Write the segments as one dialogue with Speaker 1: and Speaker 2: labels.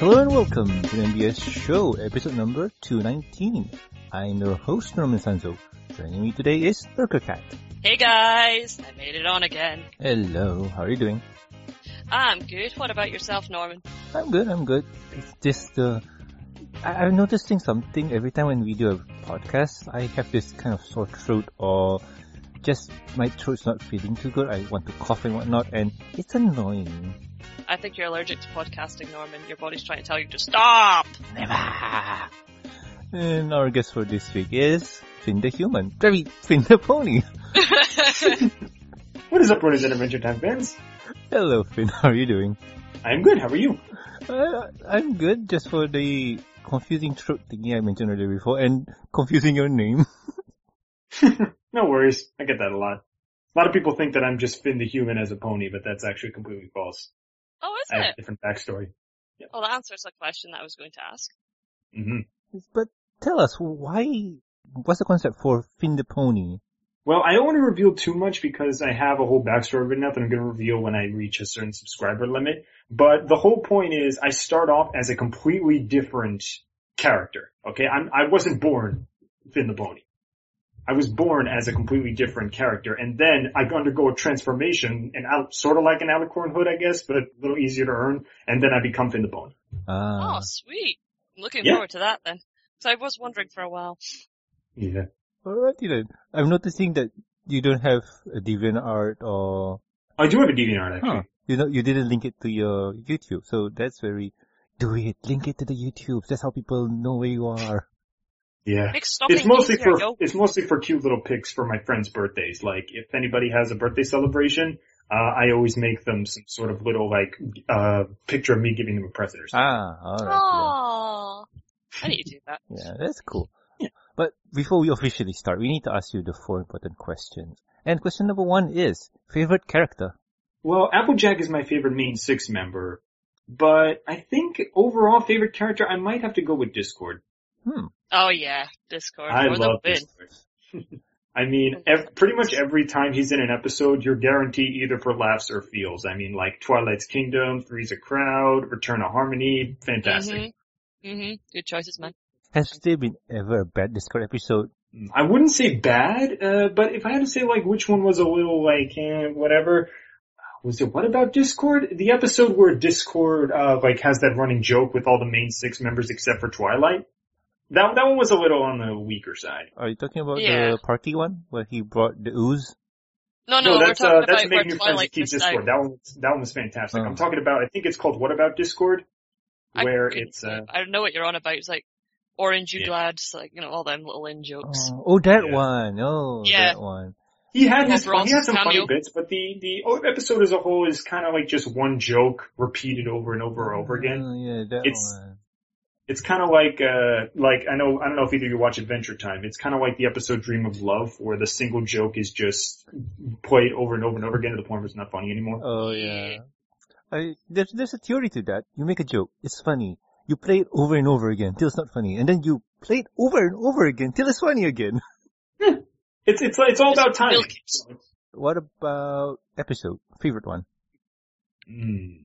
Speaker 1: Hello and welcome to the MBS Show, episode number 219. I'm your host, Norman Sanzo. Joining me today is Lurker Cat.
Speaker 2: Hey guys, I made it on again.
Speaker 1: Hello, how are you doing?
Speaker 2: I'm good. What about yourself, Norman?
Speaker 1: I'm good, I'm good. It's just, uh, I- I'm noticing something every time when we do a podcast, I have this kind of sore throat or just my throat's not feeling too good. I want to cough and whatnot and it's annoying.
Speaker 2: I think you're allergic to podcasting, Norman. Your body's trying to tell you to stop.
Speaker 1: Never. And our guest for this week is Finn the Human. Sorry, Finn the Pony.
Speaker 2: Oh,
Speaker 3: What is up, Roadies and Adventure Time fans?
Speaker 1: Hello, Finn. How are you doing?
Speaker 3: I'm good, how are you?
Speaker 1: Uh, I'm good. Just for the confusing throat thingy I mentioned earlier before, and confusing your name.
Speaker 3: No worries, I get that a lot. A lot of people think that I'm just Finn the Human as a pony, but that's actually completely false.
Speaker 2: oh, is
Speaker 3: I have a
Speaker 2: it?
Speaker 3: different backstory.
Speaker 2: Well, that answers a question that I was going to ask.
Speaker 3: hmm
Speaker 1: But tell us why. What's the concept for Finn the Pony?
Speaker 3: Well, I don't want to reveal too much because I have a whole backstory written out that I'm going to reveal when I reach a certain subscriber limit. But the whole point is I start off as a completely different character. Okay. I'm, I wasn't born Finn the Pony. I was born as a completely different character and then I undergo a transformation and out, sort of like an alicorn hood, I guess, but a little easier to earn. And then I become Finn the Pony.
Speaker 1: Ah,
Speaker 2: oh, sweet. I'm looking
Speaker 3: Uh, yeah.
Speaker 2: forward to that then. Because I was wondering for a while.
Speaker 3: Yeah.
Speaker 1: alrighty then. I'm noticing that you don't have a deviant art or
Speaker 3: I do have a DeviantArt actually.
Speaker 1: Huh. you know you didn't link it to your YouTube, so that's very. Do it. Link it to the YouTube. That's how people know where you are.
Speaker 3: Yeah.
Speaker 2: Make stopping
Speaker 3: It's mostly
Speaker 2: easier,
Speaker 3: for
Speaker 2: yo.
Speaker 3: it's mostly for cute little pics for my friends' birthdays. Like if anybody has a birthday celebration, uh, I always make them some sort of little like uh picture of me giving them a present or something.
Speaker 1: Ah, alright.
Speaker 2: Aww. I need to do that.
Speaker 1: Yeah. yeah, that's cool.
Speaker 3: Yeah.
Speaker 1: But before we officially start, we need to ask you the four important questions. And question number one is favorite character.
Speaker 3: Well, Applejack is my favorite main six member, but I think overall favorite character I might have to go with Discord.
Speaker 1: Hmm.
Speaker 2: Oh yeah, Discord.
Speaker 3: I
Speaker 2: for the
Speaker 3: love
Speaker 2: win.
Speaker 3: Discord. I mean, ev- pretty much every time he's in an episode, you're guaranteed either for laughs or feels. I mean, like Twilight's Kingdom, Three's a Crowd, Return of Harmony, fantastic.
Speaker 2: hmm hmm Good choices, man.
Speaker 1: Has there been ever a bad Discord episode?
Speaker 3: I wouldn't say bad, uh, but if I had to say like which one was a little like eh, whatever, was it what about Discord? The episode where Discord uh, like has that running joke with all the main six members except for Twilight. That that one was a little on the weaker side.
Speaker 1: Are you talking about
Speaker 2: Yeah.
Speaker 1: the party one where he brought the ooze?
Speaker 2: Oh, No, no,
Speaker 3: that's
Speaker 2: we're talking
Speaker 3: uh, that's
Speaker 2: about where
Speaker 3: making new friends
Speaker 2: Twilight
Speaker 3: with Keep
Speaker 2: missed out.
Speaker 3: Discord. That one that one was fantastic.
Speaker 1: Oh.
Speaker 3: I'm talking about I think it's called What About Discord,
Speaker 2: I
Speaker 3: where
Speaker 2: couldn't
Speaker 3: it's uh,
Speaker 2: I know what you're on about. It's like orange you
Speaker 3: Yeah.
Speaker 2: glads, like you know all them little in jokes.
Speaker 1: Oh, oh, that
Speaker 3: Yeah.
Speaker 1: one. Oh,
Speaker 2: Yeah.
Speaker 1: that one.
Speaker 3: He had
Speaker 2: Well,
Speaker 3: his
Speaker 2: Bronze
Speaker 3: he had some
Speaker 2: cameo.
Speaker 3: funny bits, but the the episode as a whole is kind of like just one joke repeated over and over and over again.
Speaker 1: Oh, yeah, that
Speaker 3: It's-
Speaker 1: one.
Speaker 3: It's kind of like uh like I know I don't know if either of you watch Adventure Time. It's kind of like the episode Dream of Love, where the single joke is just played over and over and over again to the point where it's not funny anymore.
Speaker 1: Oh, yeah. I, there's, there's a theory to that. You make a joke. It's funny. You play it over and over again till it's not funny. And then you play it over and over again till it's funny again.
Speaker 3: It's it's like- it's all
Speaker 2: Just
Speaker 3: about timing.
Speaker 2: milk it.
Speaker 3: you know?
Speaker 1: What about episode? Favorite one?
Speaker 3: Mm.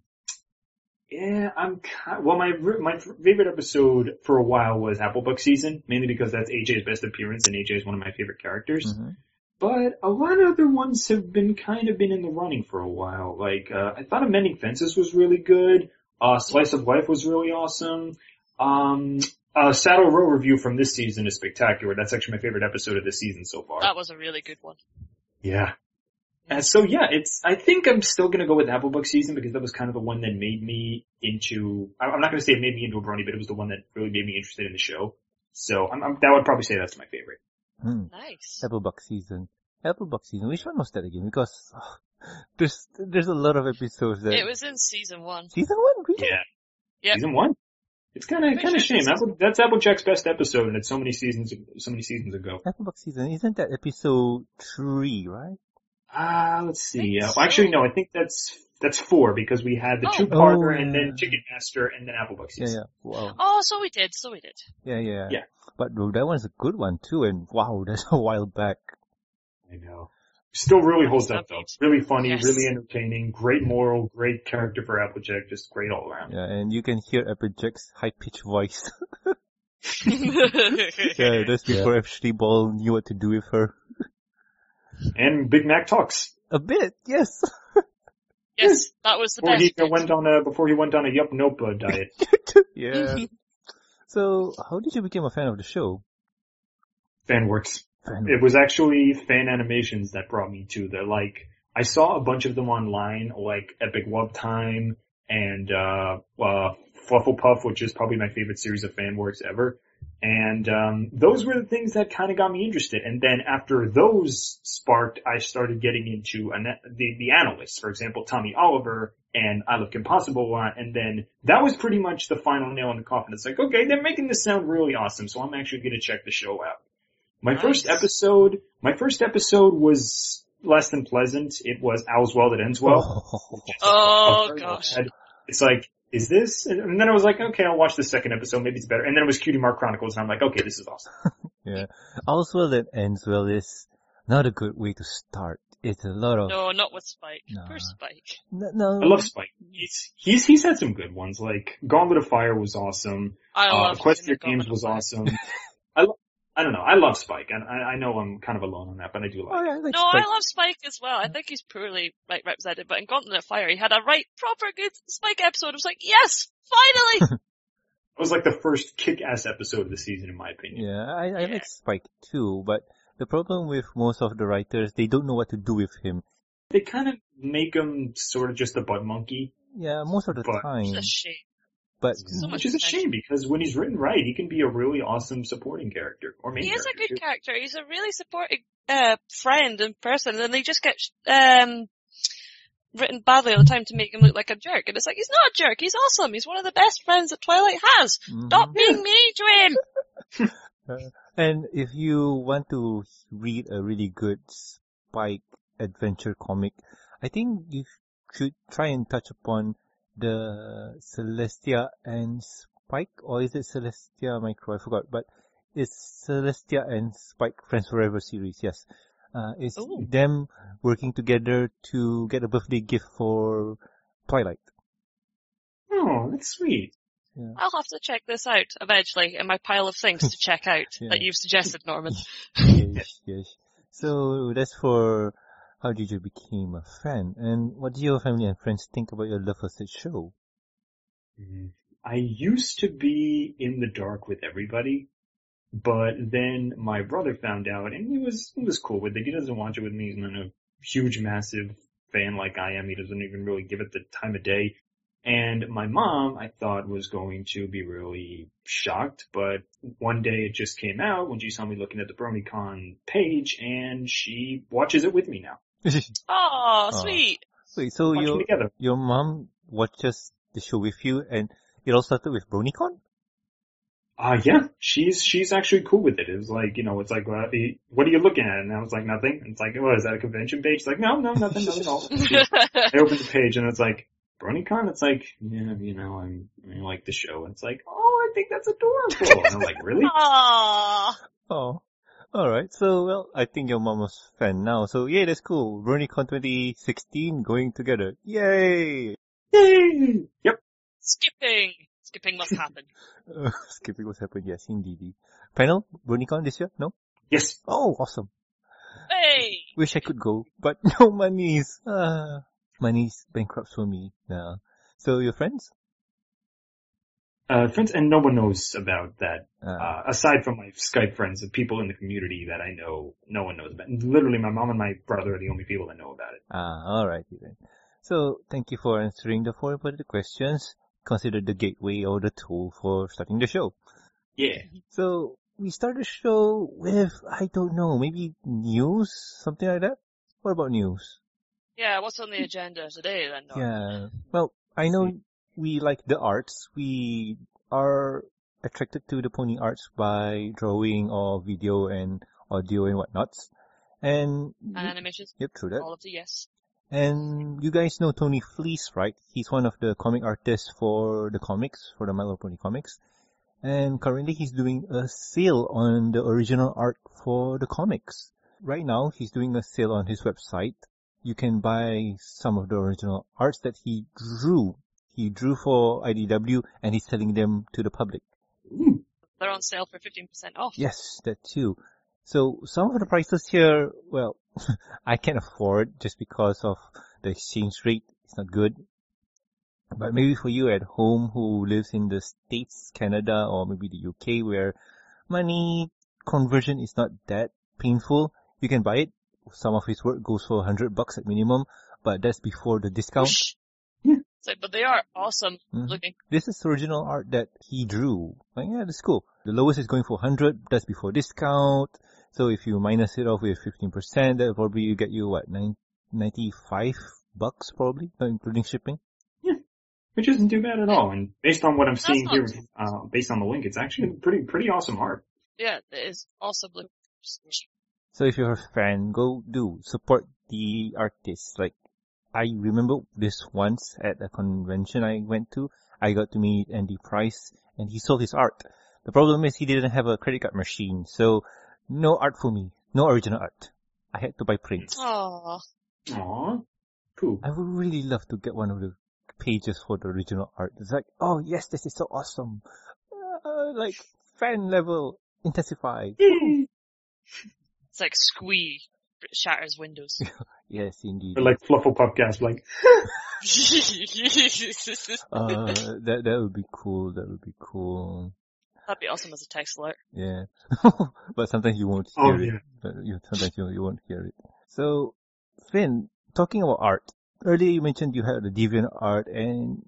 Speaker 3: Yeah, I'm kind. Well, my re- my favorite episode for a while was Applebuck season, mainly because that's AJ's best appearance, and AJ is one of my favorite characters.
Speaker 1: Hmm. Mm-hmm.
Speaker 3: But a lot of other ones have been kind of been in the running for a while. Like uh, I thought Amending Fences was really good. Uh, Slice of Life was really awesome. Um, uh, Saddle Row review from this season is spectacular. That's actually my favorite episode of this season so far.
Speaker 2: That was a really good one.
Speaker 3: Yeah. And so yeah, it's. I think I'm still gonna go with Applebuck season because that was kind of the one that made me into. I- I'm not gonna say it made me into a brony, but it was the one that really made me interested in the show. So I'm, I'm, that would probably say that's my favorite.
Speaker 1: Hmm.
Speaker 2: Nice.
Speaker 1: Applebuck season. Applebuck season. Which one was that again? Because ah, there's there's a lot of episodes that
Speaker 2: It was in season one.
Speaker 1: season one. Really?
Speaker 2: Yep.
Speaker 3: Season one. It's kind of
Speaker 2: Pretty
Speaker 3: kind of
Speaker 2: sure
Speaker 3: shame. Apple, that's Applejack's best episode, and it's so many seasons so many seasons ago.
Speaker 1: Applebuck season. Isn't that episode three? Right?
Speaker 3: Ah, let's
Speaker 2: Think
Speaker 3: see. Uh,
Speaker 2: so.
Speaker 3: well, actually, no. I think that's that's four because we had the
Speaker 2: Oh.
Speaker 3: two parter
Speaker 1: Oh,
Speaker 3: and
Speaker 1: yeah.
Speaker 3: then Chicken Master and then Applebuck
Speaker 1: Yeah.
Speaker 3: season.
Speaker 1: Yeah. Wow.
Speaker 2: Oh, so we did, so we did.
Speaker 1: Yeah. Yeah.
Speaker 3: Yeah.
Speaker 1: But bro, that one's a good one too. And wow, that's a while back.
Speaker 3: I know. Still really holds up though.
Speaker 2: Agreed.
Speaker 3: Really funny,
Speaker 2: Yes.
Speaker 3: really entertaining, great moral, great character for Applejack, just great all around.
Speaker 1: Yeah, and you can hear Applejack's high-pitched voice. yeah, that's
Speaker 4: Yeah.
Speaker 1: before Ashley Ball knew what to do with her.
Speaker 3: And Big Mac talks.
Speaker 1: A bit, yes.
Speaker 2: yes, that was the
Speaker 3: Before he
Speaker 2: best. bit.
Speaker 3: went on a before he went on a yup nope uh, diet.
Speaker 1: yeah. So, how did you become a fan of the show?
Speaker 3: Fanworks.
Speaker 1: Fan-
Speaker 3: It was actually fan animations that brought me to the like I saw a bunch of them online, like Epic Love Time and uh uh Flufflepuff, which is probably my favorite series of fan works ever. And um those were the things that kind of got me interested. And then after those sparked, I started getting into an, the the analysts, for example, Tommy Oliver and I Look Impossible a lot. And then that was pretty much the final nail in the coffin. It's like, okay, they're making this sound really awesome, so I'm actually going to check the show out. My
Speaker 2: Nice.
Speaker 3: first episode, my first episode was less than pleasant. It was Owl's Well That Ends Well.
Speaker 2: Oh
Speaker 3: Very
Speaker 2: gosh.
Speaker 3: bad. It's like, is this? And then I was like, okay, I'll watch the second episode. Maybe it's better. And then it was Cutie Mark Chronicles, and I'm like, okay, this is awesome.
Speaker 1: All's well that ends well is not a good way to start. It's a lot of
Speaker 2: No, not with Spike.
Speaker 1: No.
Speaker 2: Poor Spike.
Speaker 1: no. no
Speaker 3: I love
Speaker 2: Mm-hmm.
Speaker 3: Spike. He's he's he's had some good ones. Like Gauntlet of Fire was awesome.
Speaker 2: I
Speaker 3: Uh,
Speaker 2: love
Speaker 3: Equestria Games was awesome. I lo- I don't know. I love Spike. I, I I know I'm kind of alone on that, but I do like.
Speaker 1: Oh, yeah, I like
Speaker 2: No,
Speaker 1: Spike.
Speaker 2: I love Spike as well. I think he's poorly like represented, but in Gauntlet of Fire, he had a right proper good Spike episode. I was like, yes, finally.
Speaker 3: It was like the first kick-ass episode of the season, in my opinion.
Speaker 1: Yeah, I, I
Speaker 2: Yeah.
Speaker 1: like Spike too, but the problem with most of the writers, they don't know what to do with him.
Speaker 3: They kind of make him sort of just a butt monkey,
Speaker 1: Yeah, most of the
Speaker 3: But-
Speaker 1: time.
Speaker 2: It's a shame.
Speaker 1: But
Speaker 2: So much
Speaker 3: which is a
Speaker 2: potential.
Speaker 3: shame because when he's written right, he can be a really awesome supporting character or main
Speaker 2: He is a
Speaker 3: character,
Speaker 2: good
Speaker 3: too.
Speaker 2: character. He's a really supporting uh, friend and person, and they just get um, written badly all the time to make him look like a jerk. And it's like he's not a jerk. He's awesome. He's one of the best friends that Twilight has.
Speaker 1: mhm.
Speaker 2: Stop being mean to him.
Speaker 1: And if you want to read a really good Spike adventure comic, I think you should try and touch upon the Celestia and Spike, or is it Celestia Micro? I forgot, but it's Celestia and Spike Friends Forever series, yes. Uh, it's
Speaker 2: Ooh.
Speaker 1: them working together to get a birthday gift for Twilight.
Speaker 3: Oh, that's sweet.
Speaker 2: I'll have to check this out eventually in my pile of things to check out
Speaker 1: Yeah.
Speaker 2: that you've suggested, Norman.
Speaker 1: yes, yes. So that's for how did you became a fan, and what do your family and friends think about your love for such show?
Speaker 3: Mm-hmm. I used to be in the dark with everybody, but then my brother found out and he was, he was cool with it. He doesn't watch it with me. He's not a huge, massive fan like I am. He doesn't even really give it the time of day. And my mom, I thought was going to be really shocked, but one day it just came out when she saw me looking at the BronyCon page and she watches it with me now.
Speaker 2: Oh,
Speaker 1: Aw.
Speaker 2: sweet.
Speaker 1: Wait, so
Speaker 3: Watching
Speaker 1: your
Speaker 3: together.
Speaker 1: your mom watches the show with you, and it all started with BronyCon.
Speaker 3: Uh, yeah, she's, she's actually cool with it. It was like, you know, it's like, uh, the- what are you looking at? And I was like, nothing. And it's like, oh, is that a convention page? It's like, no, no, nothing, nothing at all. I opened the page and it's like, BronyCon? It's like, yeah, you know, I'm, I like the show. And it's like, oh, I think that's adorable. And I'm like, really?
Speaker 2: Aww.
Speaker 1: Oh, all right. So well, I think your mom was fan now. So yeah, that's cool. BronyCon 2016 going together. Yay!
Speaker 3: Yay! Yep.
Speaker 2: Skipping. Skipping must happen.
Speaker 1: Uh, skipping what's happened. Yes, indeed. Panel BronyCon this year? No.
Speaker 3: Yes.
Speaker 1: Oh, awesome.
Speaker 2: Hey!
Speaker 1: Wish I could go, but no monies. Ah, money's bankrupt for me now. So your friends?
Speaker 3: Uh, friends, and no one knows about that,
Speaker 1: Uh,
Speaker 3: uh, aside from my Skype friends and people in the community that I know, no one knows about. Literally, my mom and my brother are the only people that know about it.
Speaker 1: ah, alright then. So thank you for answering the four important questions. Considered the gateway or the tool for starting the show.
Speaker 3: Yeah.
Speaker 1: So we start the show with I don't know, maybe news, something like that. What about news?
Speaker 2: Yeah, what's on the agenda today then, Norman?
Speaker 1: Yeah. Well, I know we like the arts. We are attracted to the pony arts by drawing or video and audio and whatnots. And
Speaker 2: And animations?
Speaker 1: yep, true that.
Speaker 2: All of the yes.
Speaker 1: And you guys know Tony Fleece, right? He's one of the comic artists for the comics, for the My Little Pony comics. And currently he's doing a sale on the original art for the comics. right now he's doing a sale on his website. You can buy some of the original arts that he drew. He drew for IDW and he's selling them to the public.
Speaker 3: Ooh.
Speaker 2: They're on sale for 15% off.
Speaker 1: Yes, that too. So some of the prices here, well, I can afford just because of the exchange rate. It's not good. But maybe for you at home who lives in the States, Canada, or maybe the UK where money conversion is not that painful, you can buy it. Some of his work goes for 100 bucks at minimum, but that's before the discount.
Speaker 2: Whoosh. So, but they are awesome
Speaker 1: Mhm.
Speaker 2: looking.
Speaker 1: This is original art that he drew. Like, yeah, that's cool. The lowest is going for 100, that's before discount. So if you minus it off with 15%, that'll probably get you, what, nine- 95 bucks probably, not including shipping?
Speaker 3: Which isn't too bad at all, and based on what I'm
Speaker 2: That's
Speaker 3: seeing here,
Speaker 2: not-
Speaker 3: uh, based on the link, it's actually pretty, pretty awesome art.
Speaker 2: Yeah, it is awesome looking.
Speaker 1: So if you're a fan, go do support the artists. Like I remember this once at a convention I went to. I got to meet Andy Price and he sold his art. The problem is he didn't have a credit card machine, so no art for me. No original art. I had to buy prints.
Speaker 2: Oh. Aww.
Speaker 3: Aw, cool.
Speaker 1: I would really love to get one of the pages for the original art. It's like, oh yes, this is so awesome. Uh, like fan level intensify.
Speaker 3: Yay.
Speaker 2: It's like squee. It shatters windows.
Speaker 1: Yes, indeed.
Speaker 3: Or like Fluffle Podcast, like,
Speaker 1: Uh, that that would be cool. That would be cool.
Speaker 2: That'd be awesome as a text alert.
Speaker 1: Yeah, but sometimes you won't hear
Speaker 3: Oh,
Speaker 1: it.
Speaker 3: yeah.
Speaker 1: But you, sometimes you, you won't hear it. So, Finn, talking about art. Earlier you mentioned you had a deviant art and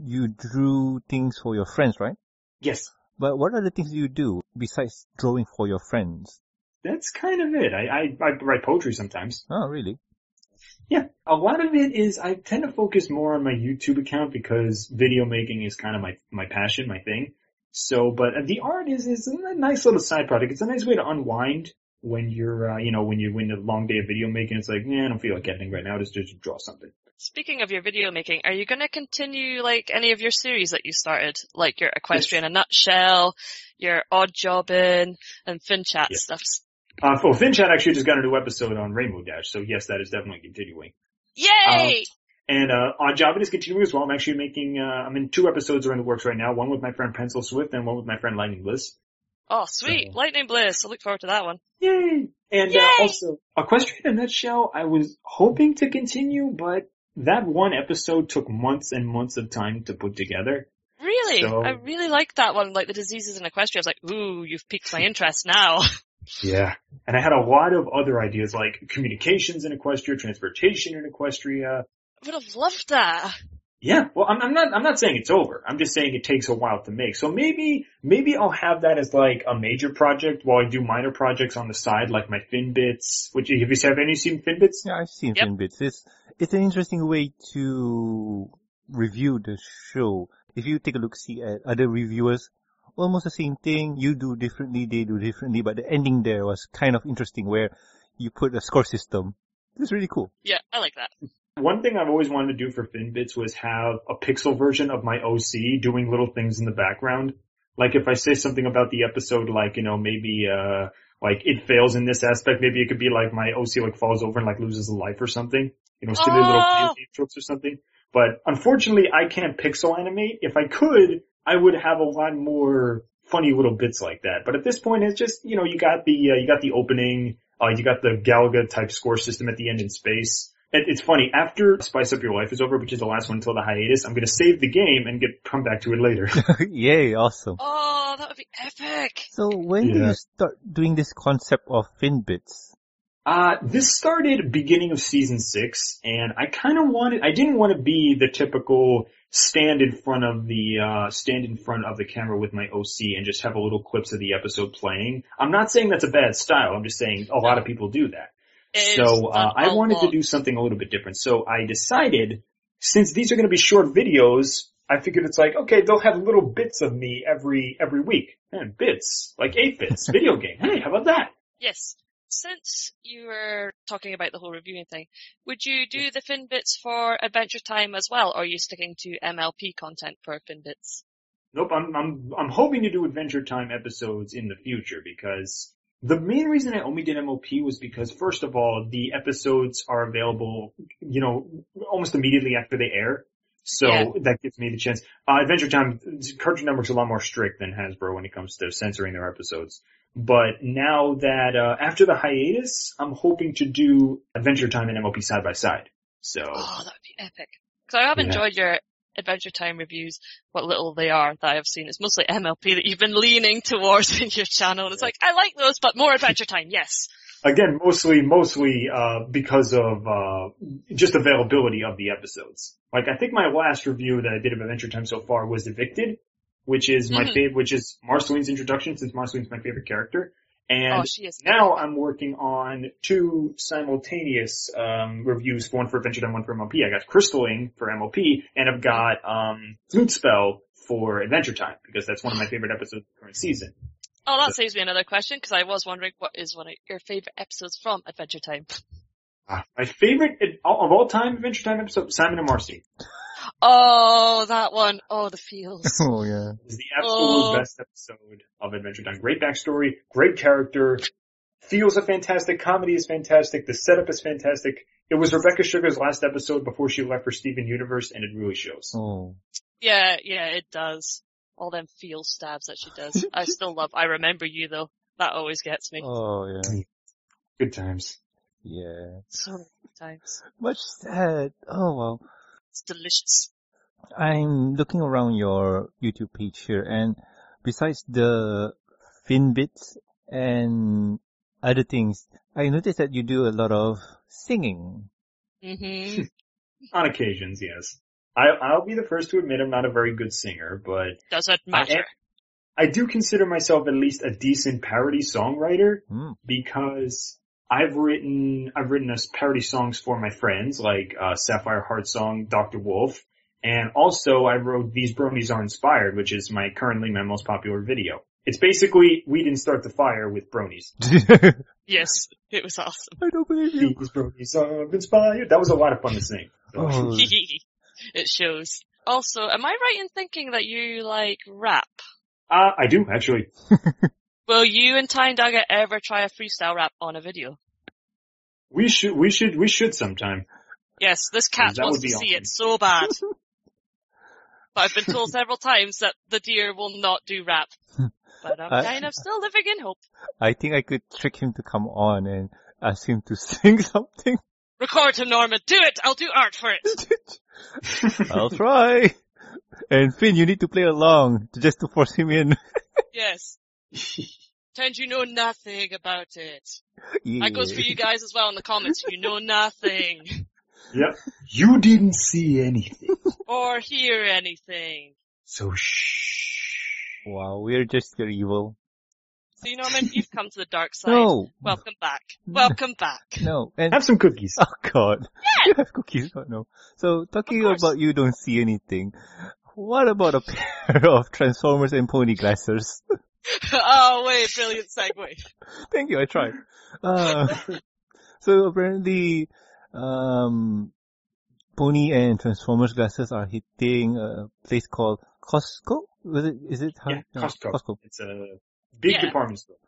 Speaker 1: you drew things for your friends, right?
Speaker 3: yes,
Speaker 1: But what are the things you do besides drawing for your friends?
Speaker 3: that's kind of it. I, I, I write poetry sometimes.
Speaker 1: Oh, really?
Speaker 3: Yeah, a lot of it is I tend to focus more on my YouTube account because video making is kind of my my passion, my thing. So, but uh, the art is is a nice little side project. It's a nice way to unwind when you're uh, you know when you when the long day of video making. It's like, yeah, I don't feel like editing right now. Just just draw something.
Speaker 2: Speaking of your video making, are you going to continue like any of your series that you started, like your Equestrian in a Nutshell, your Odd Jobbing, and FinChat
Speaker 3: Yes.
Speaker 2: stuffs?
Speaker 3: Uh, oh, FinChat actually just got a new episode on Rainbow Dash, so yes, that is definitely continuing.
Speaker 2: Yay!
Speaker 3: And uh, Odd Job It is continuing as well. I'm actually making uh, I'm in two episodes are in the works right now. One with my friend Pencil Swift and one with my friend Lightning Bliss.
Speaker 2: oh, sweet.
Speaker 3: so-
Speaker 2: Lightning Bliss. I look forward to that one.
Speaker 3: Yay! And
Speaker 2: Yay!
Speaker 3: Uh, also, Equestrian in a Nutshell, I was hoping to continue, but that one episode took months and months of time to put together.
Speaker 2: Really?
Speaker 3: So-
Speaker 2: I really like that one, like the diseases in Equestria. I was like, ooh, you've piqued my interest now.
Speaker 3: Yeah. And I had a lot of other ideas like communications in Equestria, transportation in Equestria.
Speaker 2: I would have loved that.
Speaker 3: Yeah, well, I'm, I'm not. I'm not saying it's over. I'm just saying it takes a while to make. So maybe, maybe I'll have that as like a major project while I do minor projects on the side, like my Finbits. Which, have you have any seen Finbits?
Speaker 1: Yeah, I've seen
Speaker 2: Yep.
Speaker 1: Finn bits. It's it's an interesting way to review the show. If you take a look, see at other reviewers, almost the same thing. You do differently, they do differently, but the ending there was kind of interesting, where you put a score system. It's really cool.
Speaker 2: Yeah, I like that.
Speaker 3: One thing I've always wanted to do for Finbits was have a pixel version of my OC doing little things in the background. Like if I say something about the episode, like, you know, maybe, uh, like it fails in this aspect, maybe it could be like my OC like falls over and like loses a life or something. You know, silly little
Speaker 2: Oh.
Speaker 3: fancy tricks or something. But unfortunately I can't pixel animate. If I could, I would have a lot more funny little bits like that. But at this point it's just, you know, you got the, uh, you got the opening, uh, you got the Galaga type score system at the end in space. It, it's funny. After Spice Up Your Life is over, which is the last one until the hiatus, I'm going to save the game and get come back to it later.
Speaker 1: Yay, awesome.
Speaker 2: Oh, that would be epic.
Speaker 1: So when do
Speaker 3: Yeah.
Speaker 1: you start doing this concept of Finn bits?
Speaker 3: Uh, this started beginning of season six, and I kind of wanted, I didn't want to be the typical stand in front of the, uh, stand in front of the camera with my OC and just have a little clips of the episode playing. I'm not saying that's a bad style, I'm just saying a lot of people do that.
Speaker 2: It's
Speaker 3: So, uh,
Speaker 2: done
Speaker 3: I
Speaker 2: a
Speaker 3: wanted to
Speaker 2: lot.
Speaker 3: do something a little bit different. So I decided, since these are going to be short videos, I figured it's like, okay, they'll have little bits of me every, every week. Man, bits. Like eight bits. video game. Hey, how about that?
Speaker 2: Yes. Since you were talking about the whole reviewing thing, would you do the Finbits for Adventure Time as well, or are you sticking to MLP content for Finbits?
Speaker 3: Nope, I'm I'm I'm hoping to do Adventure Time episodes in the future because The main reason I only did MOP was because first of all, the episodes are available, you know, almost immediately after they air. So
Speaker 2: Yeah.
Speaker 3: that gives me the chance. Uh, Adventure Time, Cartoon Network's a lot more strict than Hasbro when it comes to censoring their episodes. But now that, uh, after the hiatus, I'm hoping to do Adventure Time and MOP side by side. So,
Speaker 2: Oh, that would be epic. Because I have
Speaker 3: Yeah.
Speaker 2: enjoyed your Adventure Time reviews, what little they are that I've seen. It's mostly MLP that you've been leaning towards in your channel. And it's like, I like those, but more Adventure Time, yes.
Speaker 3: again, mostly, mostly, uh, because of, uh, just availability of the episodes. Like, I think my last review that I did of Adventure Time so far was Evicted, which is my
Speaker 2: Mhm.
Speaker 3: favorite, which is Marceline's introduction since Marceline's my favorite character. And
Speaker 2: oh, she is.
Speaker 3: now I'm working on two simultaneous, um, reviews, one for Adventure Time, one for MLP. I got Crystalline for MLP, and I've got, um, Flute Spell for Adventure Time, because that's one of my favorite episodes of the current season.
Speaker 2: Oh, that saves me another question because I was wondering what is one of your favorite episodes from Adventure Time.
Speaker 3: Uh, My favorite ad- of all time Adventure Time episode, Simon and Marcy,
Speaker 2: Oh, that one. Oh, the feels.
Speaker 1: oh yeah.
Speaker 3: is the absolute
Speaker 2: Oh.
Speaker 3: best episode of Adventure Time. Great backstory, great character, feels a fantastic, comedy is fantastic, the setup is fantastic. It was Rebecca Sugar's last episode before she left for Steven Universe, and it really shows.
Speaker 1: Oh.
Speaker 2: yeah, yeah, it does. All them feel stabs that she does. I still love. I remember you though. That always gets me.
Speaker 1: Oh yeah.
Speaker 3: Good times.
Speaker 1: Yeah.
Speaker 2: So many times.
Speaker 1: Much sad. Oh well.
Speaker 2: It's delicious.
Speaker 1: I'm looking around your YouTube page here and besides the fin bits and other things, I noticed that you do a lot of singing.
Speaker 2: hmm
Speaker 3: On occasions, yes. I, I'll be the first to admit I'm not a very good singer, but
Speaker 2: Doesn't
Speaker 3: I,
Speaker 2: matter.
Speaker 3: I do consider myself at least a decent parody songwriter.
Speaker 1: Hmm.
Speaker 3: because I've written I've written as parody songs for my friends like uh, Sapphire Heart song, Doctor Wolf, and also I wrote These Bronies Are Inspired, which is my currently my most popular video. It's basically we didn't start the fire with bronies.
Speaker 1: I
Speaker 2: Yes, it was awesome.
Speaker 1: don't believe you.
Speaker 3: These bronies are inspired. That was a lot of fun to sing. So-
Speaker 1: Oh,
Speaker 2: it shows. Also, am I right in thinking that you like rap?
Speaker 3: Uh, I do actually.
Speaker 2: Will you and Tyne Dagger ever try a freestyle rap on a video?
Speaker 3: We should we should we should sometime.
Speaker 2: Yes, this cat
Speaker 3: That
Speaker 2: wants
Speaker 3: would
Speaker 2: to
Speaker 3: be
Speaker 2: see
Speaker 3: awesome.
Speaker 2: it so bad. but I've been told several times that the deer will not do rap. But I'm
Speaker 1: I-
Speaker 2: kind of still living in hope.
Speaker 1: I think I could trick him to come on and ask him to sing something.
Speaker 2: Record him, Norma. Do it. I'll do art for it.
Speaker 1: I'll try. And Finn, you need to play along to- just to force him in.
Speaker 2: Yes. Pretend you know nothing about it.
Speaker 1: yeah.
Speaker 2: That goes for you guys as well in the comments. You know nothing
Speaker 3: Yep. You didn't see anything,
Speaker 2: or hear anything.
Speaker 3: so shh.
Speaker 1: Wow, we're just your evil.
Speaker 2: See, Norman, you've come to the dark side.
Speaker 1: No,
Speaker 2: Welcome back. Welcome back.
Speaker 1: no, and
Speaker 3: Have some cookies.
Speaker 1: oh god, you have cookies, but no. So talking
Speaker 2: Of course.
Speaker 1: about you don't see anything. What about a pair of Transformers and Pony Glassers?
Speaker 2: oh, wait, brilliant segue.
Speaker 1: Thank you, I tried. Uh, so apparently, um, Pony and Transformers glasses are hitting a place called Costco. Was it? Is it? how-
Speaker 3: Yeah,
Speaker 1: no,
Speaker 3: Costco.
Speaker 1: Costco.
Speaker 3: It's a big
Speaker 2: Yeah.
Speaker 3: department store.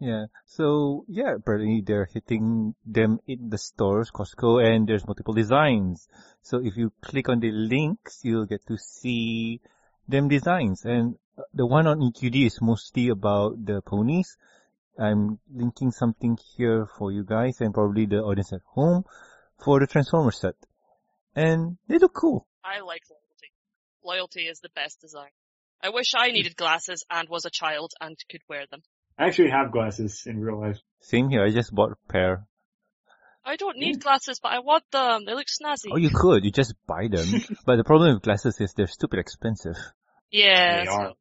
Speaker 1: Yeah. So yeah, apparently they're hitting them in the stores, Costco, and there's multiple designs. So if you click on the links, you'll get to see them designs. And uh, the one on EQD is mostly about the ponies. I'm linking something here for you guys and probably the audience at home for the Transformer set. And they look cool.
Speaker 2: I like loyalty. Loyalty is the best design. I wish I needed glasses and was a child and could wear them.
Speaker 3: I actually have glasses in real life.
Speaker 1: Same here. I just bought a pair.
Speaker 2: I don't need glasses, but I want them. They look snazzy.
Speaker 1: Oh, you could. You just buy them. but the problem with glasses is they're stupid expensive.
Speaker 2: yeah.
Speaker 3: they
Speaker 2: so-
Speaker 3: are.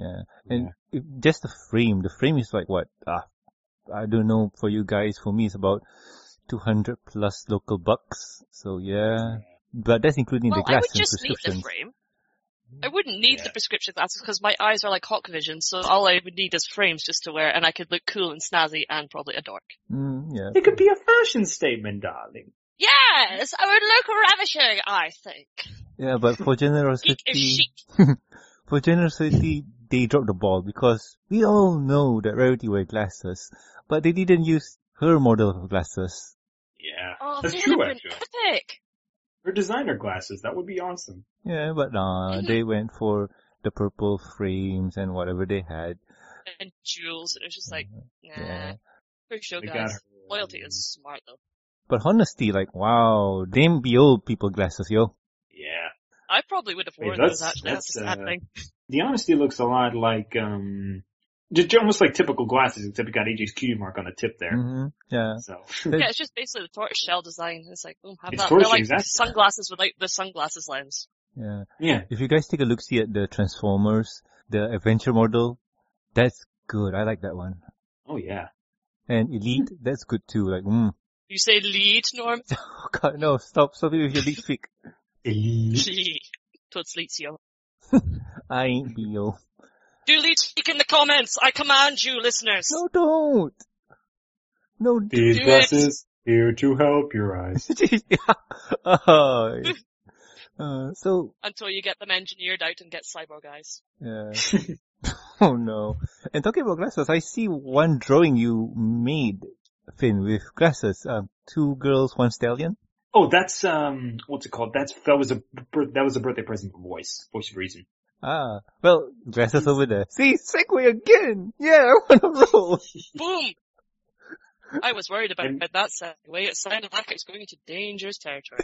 Speaker 1: Yeah. And it, just the frame, the frame is like what? Ah, I don't know for you guys. For me, it's about 200 plus local bucks. So yeah, but that's including
Speaker 2: Well,
Speaker 1: the
Speaker 2: I
Speaker 1: glass
Speaker 2: would
Speaker 1: and
Speaker 2: just need the
Speaker 1: prescriptions.
Speaker 2: frame. I wouldn't need the
Speaker 3: Yeah.
Speaker 2: prescription glasses because my eyes are like hawk vision, so all I would need is frames just to wear and I could look cool and snazzy and probably a dork.
Speaker 1: Mm, yeah.
Speaker 3: It could be a fashion statement, darling.
Speaker 2: Yes, I would look ravishing, I think.
Speaker 1: Yeah, but for
Speaker 2: Geek is
Speaker 1: generosity,
Speaker 2: chic.
Speaker 1: for generosity, they dropped the ball because we all know that Rarity wear glasses, but they didn't use her model of glasses.
Speaker 3: Yeah.
Speaker 2: Oh,
Speaker 3: That's
Speaker 2: they
Speaker 3: true,
Speaker 2: would have been
Speaker 3: actually.
Speaker 2: epic.
Speaker 3: Her designer glasses, that would be awesome.
Speaker 1: Yeah, but nah,
Speaker 2: Mm-hmm.
Speaker 1: they went for the purple frames and whatever they had.
Speaker 2: And jewels, and it was just like, nah.
Speaker 1: Yeah.
Speaker 2: For sure,
Speaker 3: They got
Speaker 2: guys.
Speaker 3: her,
Speaker 2: Loyalty
Speaker 3: um,
Speaker 2: is smart though.
Speaker 1: But honestly, like, wow, damn be old people glasses, yo.
Speaker 3: Yeah.
Speaker 2: I probably would have
Speaker 3: Hey,
Speaker 2: worn
Speaker 3: that's-
Speaker 2: those actually. That's,
Speaker 3: that's,
Speaker 2: a sad
Speaker 3: uh,
Speaker 2: thing.
Speaker 3: The honesty looks a lot like, um, just almost like typical glasses, except it got AJ's cutie mark on the tip there.
Speaker 1: hmm Yeah.
Speaker 3: So,
Speaker 1: it-
Speaker 2: Yeah, it's just basically the tortoise shell design. It's like, boom, have
Speaker 3: It's
Speaker 2: that. They're
Speaker 3: tortoise,
Speaker 2: like
Speaker 3: exactly.
Speaker 2: sunglasses with like the sunglasses lens.
Speaker 1: Yeah.
Speaker 3: yeah.
Speaker 1: If you guys take a look see at the Transformers, the adventure model, that's good. I like that one.
Speaker 3: Oh yeah.
Speaker 1: And Elite, that's good too. Like, mm.
Speaker 2: You say lead, Norm?
Speaker 1: Oh god, no, stop, stop it with your deep freak.
Speaker 2: Gee. Toad sleeps you.
Speaker 1: I ain't Bo.
Speaker 2: Do lead speak in the comments. I command you, listeners.
Speaker 1: No, don't! No, d-
Speaker 3: These
Speaker 2: Do it.
Speaker 3: glasses, here to help your eyes.
Speaker 1: yeah. Oh, uh, so,
Speaker 2: Until you get them engineered out and get cyborg eyes.
Speaker 1: yeah. oh no. And talking about glasses, I see one drawing you made, Finn, with glasses. Um, two girls, one stallion.
Speaker 3: Oh, that's, um, what's it called? That's, that was a, bir- that was a birthday present for Voice, Voice of Reason.
Speaker 1: Ah, well, glasses over there. See, segue again! Yeah, I wanna roll!
Speaker 2: Boom! I was worried about,
Speaker 3: And-
Speaker 2: about that segue. It sounded like it was going into dangerous territory.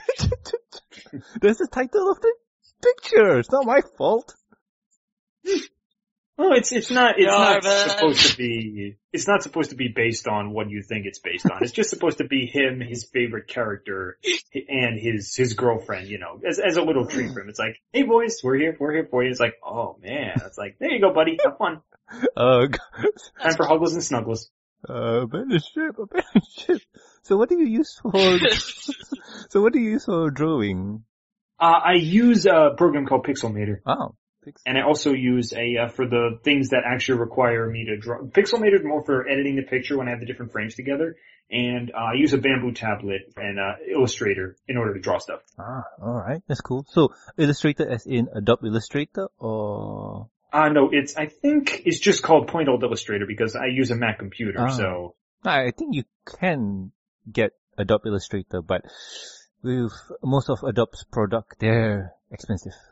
Speaker 1: That's the title of the picture! It's not my fault!
Speaker 3: No, it's it's not it's
Speaker 2: Jarvis.
Speaker 3: not supposed to be it's not supposed to be based on what you think it's based on. It's just supposed to be him, his favorite character, hi- and his his girlfriend. You know, as as a little treat for him. It's like, hey boys, we're here, we're here for you. It's like, oh man, it's like, there you go, buddy, have fun.
Speaker 1: Uh,
Speaker 3: Time for huggles and snuggles.
Speaker 1: Uh, abandon ship, abandon ship. So what do you use for? so what do you use for drawing?
Speaker 3: Uh, I use a program called Pixelmator.
Speaker 1: Oh, fix-
Speaker 3: And I also use a uh, for the things that actually require me to draw. Pixelmator is more for editing the picture when I have the different frames together, and uh, I use a bamboo tablet and uh, Illustrator in order to draw stuff.
Speaker 1: ah, all right, that's cool. So Illustrator, as in Adobe Illustrator, or
Speaker 3: Uh, no, it's I think it's just called Point Old Illustrator because I use a Mac computer,
Speaker 1: Ah.
Speaker 3: so
Speaker 1: I I think you can get Adobe Illustrator, but with most of Adobe's product, they're expensive.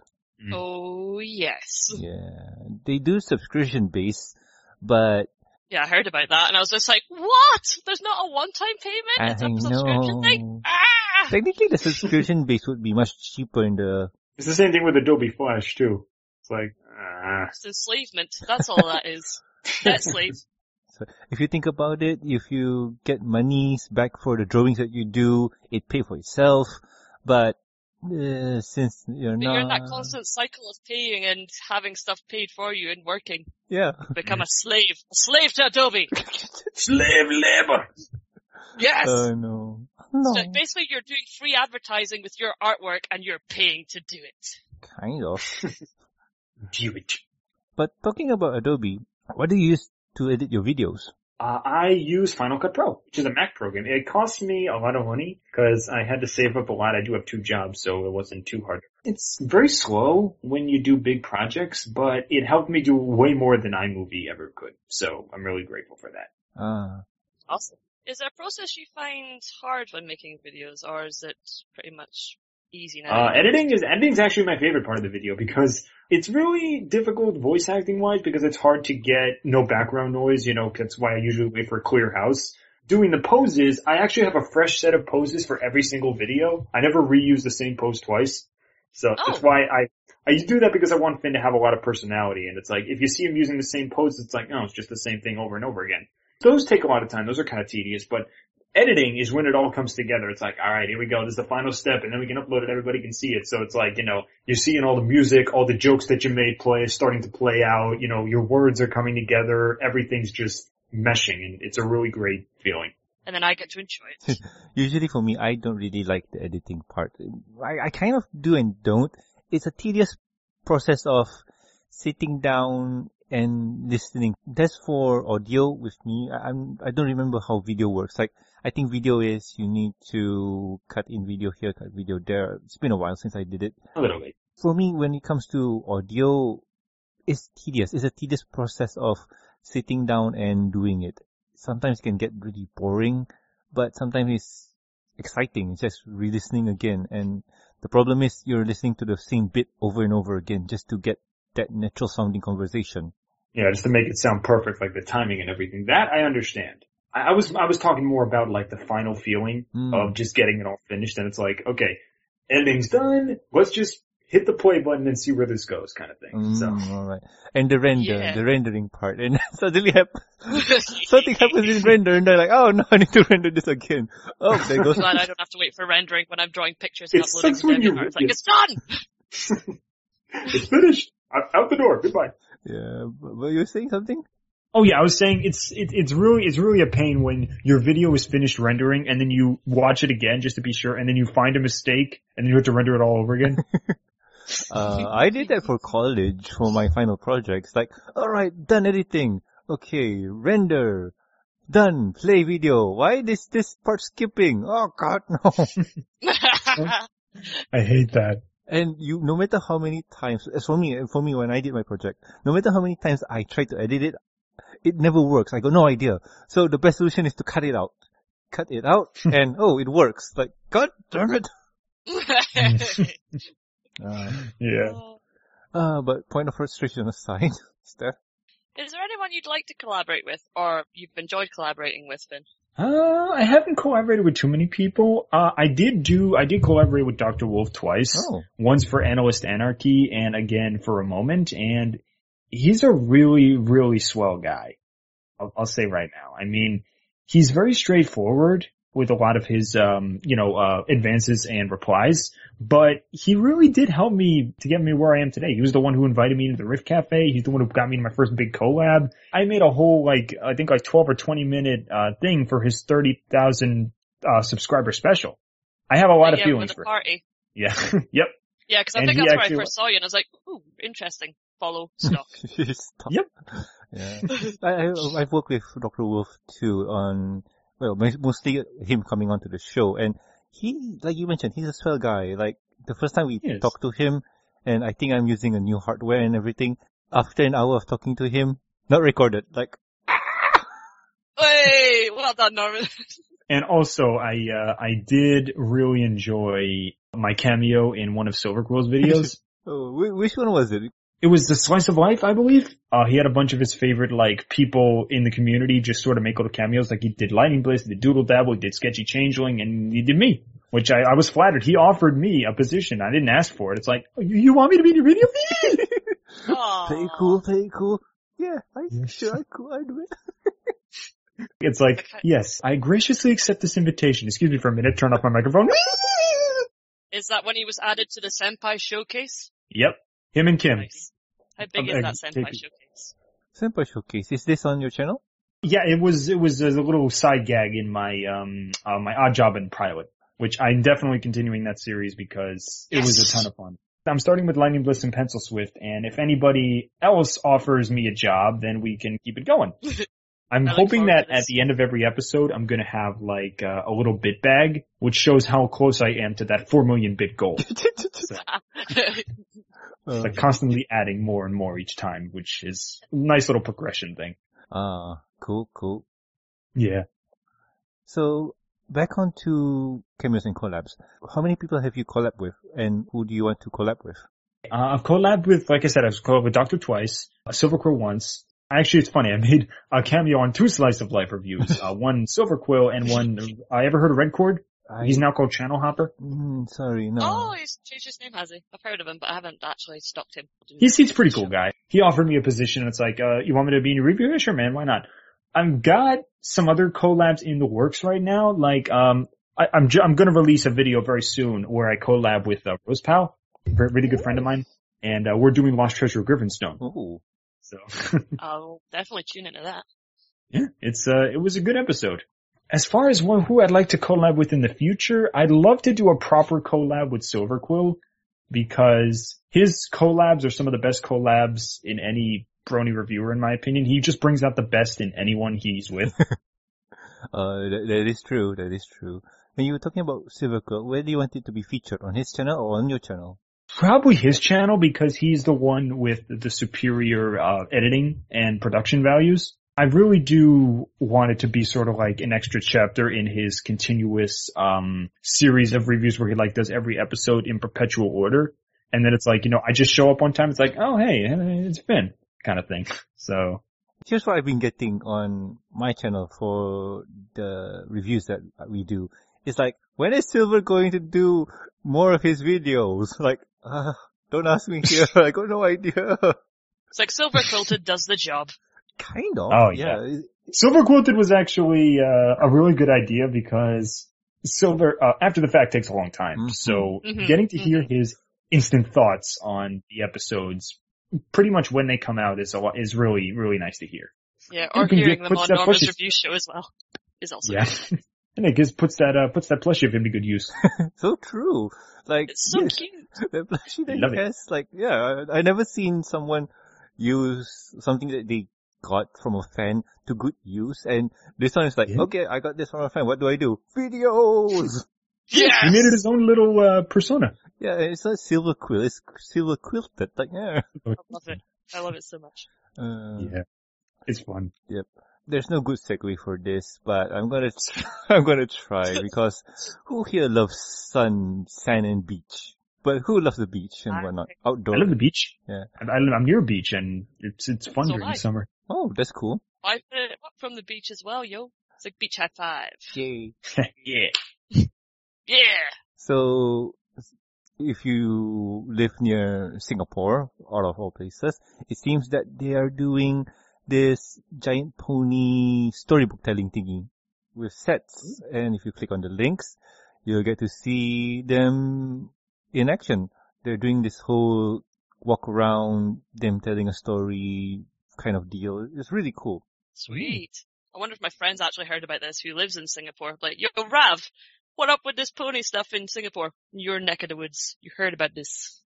Speaker 2: oh yes.
Speaker 1: Yeah, they do subscription based, but
Speaker 2: Yeah, I heard about that and I was just like, what? There's not a one-time payment? It's
Speaker 1: I
Speaker 2: a subscription thing?
Speaker 1: know.
Speaker 2: Ah!
Speaker 1: Technically, the subscription base would be much cheaper in the
Speaker 3: it's the same thing with Adobe Flash too. It's like ah,
Speaker 2: It's enslavement. That's all that is. Debt slave.
Speaker 1: If you think about it, if you get monies back for the drawings that you do, it pay for itself. But uh, since you're
Speaker 2: But
Speaker 1: not,
Speaker 2: you're in that constant cycle of paying and having stuff paid for you and working.
Speaker 1: yeah,
Speaker 2: Become a slave. A slave to Adobe!
Speaker 3: slave labor.
Speaker 2: Yes!
Speaker 1: uh, no, no,
Speaker 2: So basically you're doing free advertising with your artwork and you're paying to do it.
Speaker 1: kind of.
Speaker 3: Do it.
Speaker 1: But talking about Adobe, what do you use to edit your videos?
Speaker 3: Uh, I use Final Cut Pro, which is a Mac program. It cost me a lot of money because I had to save up a lot. I do have two jobs, so it wasn't too hard. It's very slow when you do big projects, but it helped me do way more than iMovie ever could. So I'm really grateful for that.
Speaker 1: Ah,
Speaker 2: Awesome. Is there a process you find hard when making videos or is it pretty much easy now?
Speaker 3: Uh, editing is editing is actually my favorite part of the video because it's really difficult voice acting wise because it's hard to get no background noise. You know, that's why I usually wait for a clear house. Doing the poses, I actually have a fresh set of poses for every single video. I never reuse the same pose twice, so
Speaker 2: Oh.
Speaker 3: that's why I I do that because I want Finn to have a lot of personality. And it's like if you see him using the same pose, it's like oh, it's just the same thing over and over again. Those take a lot of time. Those are kind of tedious, but editing is when it all comes together. It's like, all right, here we go. This is the final step, and then we can upload it. Everybody can see it. So it's like, you know, you're seeing all the music, all the jokes that you made play starting to play out. You know, your words are coming together. Everything's just meshing, and it's a really great feeling.
Speaker 2: and then I get to enjoy it.
Speaker 1: usually for me, I don't really like the editing part. I, I kind of do and don't. It's a tedious process of sitting down and listening. That's for audio with me. I, I'm, I don't remember how video works. Like, I think video is you need to cut in video here, cut video there. It's been a while since I did it.
Speaker 3: A little bit.
Speaker 1: For me, when it comes to audio, it's tedious. It's a tedious process of sitting down and doing it. Sometimes it can get really boring, but sometimes it's exciting. It's just re-listening again. And the problem is you're listening to the same bit over and over again just to get that natural sounding conversation.
Speaker 3: Yeah, just to make it sound perfect, like the timing and everything. That I understand. I, I was I was talking more about like the final feeling
Speaker 1: Mm.
Speaker 3: of just getting it all finished, and it's like, okay, ending's done. Let's just hit the play button and see where this goes, kind of thing. So
Speaker 1: Mm, all right. And the render,
Speaker 2: Yeah.
Speaker 1: the rendering part. And suddenly hap- something happens in render and they're like, oh no, I need to render this again. Oh, there goes.
Speaker 2: Glad I don't have to wait for rendering when I'm drawing pictures and
Speaker 3: It
Speaker 2: uploading
Speaker 3: sucks
Speaker 2: to
Speaker 3: when
Speaker 2: Debian.
Speaker 3: you-
Speaker 2: It's like, it's done!
Speaker 3: it's finished. Out, out the door. Goodbye.
Speaker 1: yeah. But but you were saying something?
Speaker 3: Oh yeah, I was saying it's it, it's really it's really a pain when your video is finished rendering and then you watch it again just to be sure, and then you find a mistake and then you have to render it all over again.
Speaker 1: Uh, I did that for college for my final projects. Like, alright, done editing. Okay, render. Done. Play video. Why is this part skipping? Oh god, no.
Speaker 3: I hate that.
Speaker 1: And you, no matter how many times, as for me, for me when I did my project, no matter how many times I try to edit it, it never works. I got no idea. So the best solution is to cut it out. Cut it out, and oh, it works. Like, god damn it! Uh,
Speaker 3: Yeah.
Speaker 1: uh, but point of frustration aside, Steph,
Speaker 2: Is there anyone you'd like to collaborate with, or you've enjoyed collaborating with, Finn?
Speaker 3: Uh, I haven't collaborated with too many people. Uh, I did do I did collaborate with Dr. Wolf twice.
Speaker 1: oh,
Speaker 3: once for Analyst Anarchy and again for a moment. And he's a really, really swell guy. I'll, I'll say right now. I mean, he's very straightforward with a lot of his, um, you know, uh, advances and replies, but he really did help me to get me where I am today. He was the one who invited me into the Rift Cafe. He's the one who got me into my first big collab. I made a whole, like, I think like 12 or 20 minute, uh, thing for his 30,000, uh, subscriber special. I have a lot of
Speaker 2: yeah, with
Speaker 3: feelings for
Speaker 2: a
Speaker 3: him.
Speaker 2: party.
Speaker 3: Yeah. yep.
Speaker 2: Yeah, because I
Speaker 3: And
Speaker 2: think
Speaker 3: he
Speaker 2: that's where I
Speaker 3: actually-
Speaker 2: first saw you, and I was like, ooh, interesting. Follow stock.
Speaker 1: stop.
Speaker 3: Yep.
Speaker 1: Yeah. I, I, I've worked with Dr. Wolf too on, well, mo- mostly him coming onto the show. And he, like you mentioned, he's a swell guy. Like the first time we
Speaker 3: He is.
Speaker 1: talked to him, and I think I'm using a new hardware and everything. After an hour of talking to him, not recorded, like,
Speaker 2: Hey, well done, Norman.
Speaker 3: And also, I uh, I did really enjoy my cameo in one of Silver Quill's videos.
Speaker 1: oh, whi- which one was it?
Speaker 3: it was the slice of life, I believe. Uh, he had a bunch of his favorite like people in the community just sort of make little cameos. Like he did Lightning Blaze, he did Doodle Dabble, he did Sketchy Changeling, and he did me, which I, I was flattered. He offered me a position. I didn't ask for it. It's like "Oh, you, you want me to be in your video?
Speaker 2: Aw.
Speaker 1: Play it cool, play it cool. Yeah, I, sure, I could, I do it.
Speaker 3: It's like
Speaker 2: Okay.
Speaker 3: yes, I graciously accept this invitation. Excuse me for a minute. Turn off my microphone.
Speaker 2: Is that when he was added to the Senpai showcase?
Speaker 3: yep, him and Kim.
Speaker 2: Nice. How big
Speaker 3: Um,
Speaker 2: is that
Speaker 3: uh,
Speaker 2: Senpai
Speaker 3: take-
Speaker 2: showcase?
Speaker 1: Senpai Showcase, is this on your channel?
Speaker 3: Yeah, it was it was a little side gag in my um uh, my odd job in pilot, which I'm definitely continuing that series because it was a ton of fun. I'm starting with Lightning Bliss and Pencil Swift, and if anybody else offers me a job, then we can keep it going. I'm
Speaker 2: I look
Speaker 3: hoping
Speaker 2: forward
Speaker 3: that
Speaker 2: to
Speaker 3: at
Speaker 2: this.
Speaker 3: the end of every episode, I'm gonna have like uh, a little bit bag, which shows how close I am to that four million bit goal.
Speaker 1: Uh,
Speaker 3: like constantly adding more and more each time, which is a nice little progression thing.
Speaker 1: ah, cool, cool.
Speaker 3: Yeah.
Speaker 1: So back on to cameos and collabs. How many people have you collabed with, and who do you want to collab with?
Speaker 3: Uh, I've collabed with, like I said, I've collabed with Doctor twice, uh, Silver Quill once. Actually, it's funny. I made a cameo on two Slice of Life reviews. Uh, one Silver Quill and one. I ever heard of Red Cord?
Speaker 1: I,
Speaker 3: He's now called Channel Hopper.
Speaker 1: mm, sorry, no.
Speaker 2: oh, he's changed his name, has he? I've heard of him, but I haven't actually stalked him.
Speaker 3: He seems pretty cool guy. He offered me a position. It's like, uh, you want me to be in your review? Yeah, Sure, man. Why not? I've got some other collabs in the works right now. Like, um, I, I'm ju- I'm gonna release a video very soon where I collab with uh, Rose Pal, a really good friend of mine, and uh, we're doing Lost Treasure of Griffinstone.
Speaker 1: Oh,
Speaker 3: So.
Speaker 2: I'll definitely tune into that.
Speaker 3: Yeah, it's uh, it was a good episode. As far as one who I'd like to collab with in the future, I'd love to do a proper collab with Silver Quill because his collabs are some of the best collabs in any brony reviewer, in my opinion. He just brings out the best in anyone he's with.
Speaker 1: uh, that, that is true. That is true. When you were talking about Silver Quill, where do you want it to be featured on his channel or on your channel?
Speaker 3: probably his channel because he's the one with the superior uh, editing and production values. I really do want it to be sort of like an extra chapter in his continuous um series of reviews where he like does every episode in perpetual order. And then it's like, you know, I just show up one time, it's like, oh hey, it's Finn kind of thing. So
Speaker 1: Here's what I've been getting on my channel for the reviews that we do. It's like, when is Silver going to do more of his videos? Like, uh, don't ask me here. I got no idea.
Speaker 2: It's like Silver Quilted does the job.
Speaker 1: Kind of.
Speaker 3: Oh,
Speaker 1: yeah.
Speaker 3: Silver Quilted was actually uh, a really good idea because Silver, uh, after the fact, takes a long time.
Speaker 1: Mhm.
Speaker 3: So
Speaker 2: Mhm,
Speaker 3: getting to hear his instant thoughts on the episodes, pretty much when they come out, is a lot, is really really nice to hear.
Speaker 2: Yeah,
Speaker 3: You
Speaker 2: or
Speaker 3: can
Speaker 2: hearing
Speaker 3: get
Speaker 2: them
Speaker 3: puts
Speaker 2: on
Speaker 3: that
Speaker 2: Norma's
Speaker 3: pushes-
Speaker 2: review show as well is also
Speaker 3: Yeah. And it gives puts that uh puts that plushie of him to good use.
Speaker 1: So true. Like,
Speaker 2: It's so
Speaker 1: yes,
Speaker 2: cute.
Speaker 1: the plushie that
Speaker 3: Love
Speaker 1: he
Speaker 3: it.
Speaker 1: has, like, yeah, I, I never seen someone use something that they got from a fan to good use. And this one is like,
Speaker 3: Yeah.
Speaker 1: okay, I got this from a fan. What do I do? Videos!
Speaker 3: He
Speaker 2: Yeah.
Speaker 3: made it his own little uh persona.
Speaker 1: yeah, it's not silver quill. It's silver quilted. Like, yeah.
Speaker 2: I love it. I love it so much.
Speaker 1: Uh,
Speaker 3: Yeah. It's fun.
Speaker 1: There's no good segue for this, but I'm gonna, I'm gonna try because who here loves sun, sand and beach? But who loves the beach and
Speaker 2: I-
Speaker 1: whatnot?
Speaker 3: I
Speaker 1: Outdoor.
Speaker 3: love the beach.
Speaker 1: Yeah.
Speaker 3: I, I live, I'm near a beach and it's it's fun
Speaker 2: So
Speaker 3: during
Speaker 2: am I.
Speaker 3: the summer.
Speaker 1: Oh, that's cool.
Speaker 2: I put it up from the beach as well, yo. It's like beach high five.
Speaker 1: Yay.
Speaker 3: yeah.
Speaker 2: Yeah.
Speaker 1: So, if you live near Singapore, out of all places, it seems that they are doing this giant pony storybook telling thingy with sets. And if you click on the links, you'll get to see them in action. They're doing this whole walk around, them telling a story kind of deal. It's really cool.
Speaker 2: Sweet. I wonder if my friends actually heard about this who lives in Singapore. Like, yo, Rav, what up with this pony stuff in Singapore? Your neck of the woods. You heard about this.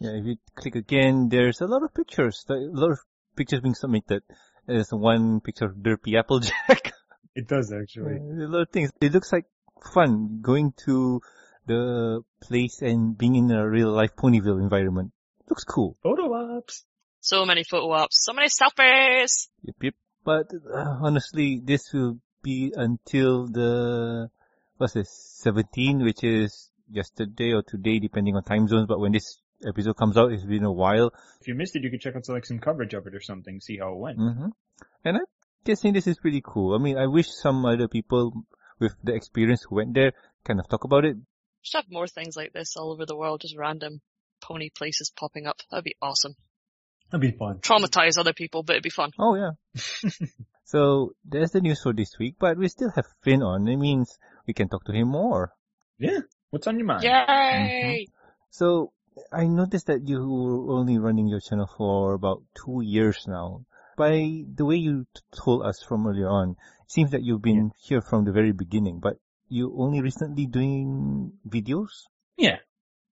Speaker 1: Yeah, if you click again, there's a lot of pictures. There- A lot of pictures being submitted. There's one picture of Derpy Applejack.
Speaker 3: It does
Speaker 1: Uh,
Speaker 3: actually.
Speaker 1: a lot of things. It looks like fun going to the place and being in a real life Ponyville environment. Looks cool.
Speaker 3: Photo ops.
Speaker 2: So many photo ops. So many selfies.
Speaker 1: Yep, yep. But uh, honestly, this will be until the what's this 17, which is yesterday or today, depending on time zones. But when this episode comes out, it's been a while.
Speaker 3: If you missed it, you could check out like some coverage of it or something, see how it went.
Speaker 1: hmm And I'm guessing this is pretty cool. I mean, I wish some other people with the experience who went there kind of talk about it.
Speaker 2: Just have more things like this all over the world, just random pony places popping up. That'd be awesome.
Speaker 3: That'd be fun.
Speaker 2: Traumatize other people, but it'd be fun.
Speaker 1: Oh yeah. so there's the news for this week, but we still have Finn on. It means we can talk to him more.
Speaker 3: What's on your mind?
Speaker 2: Yay!
Speaker 1: So I noticed that you were only running your channel for about two years now. By the way you t- told us from earlier on, it seems that you've been here from the very beginning, but you only recently doing videos?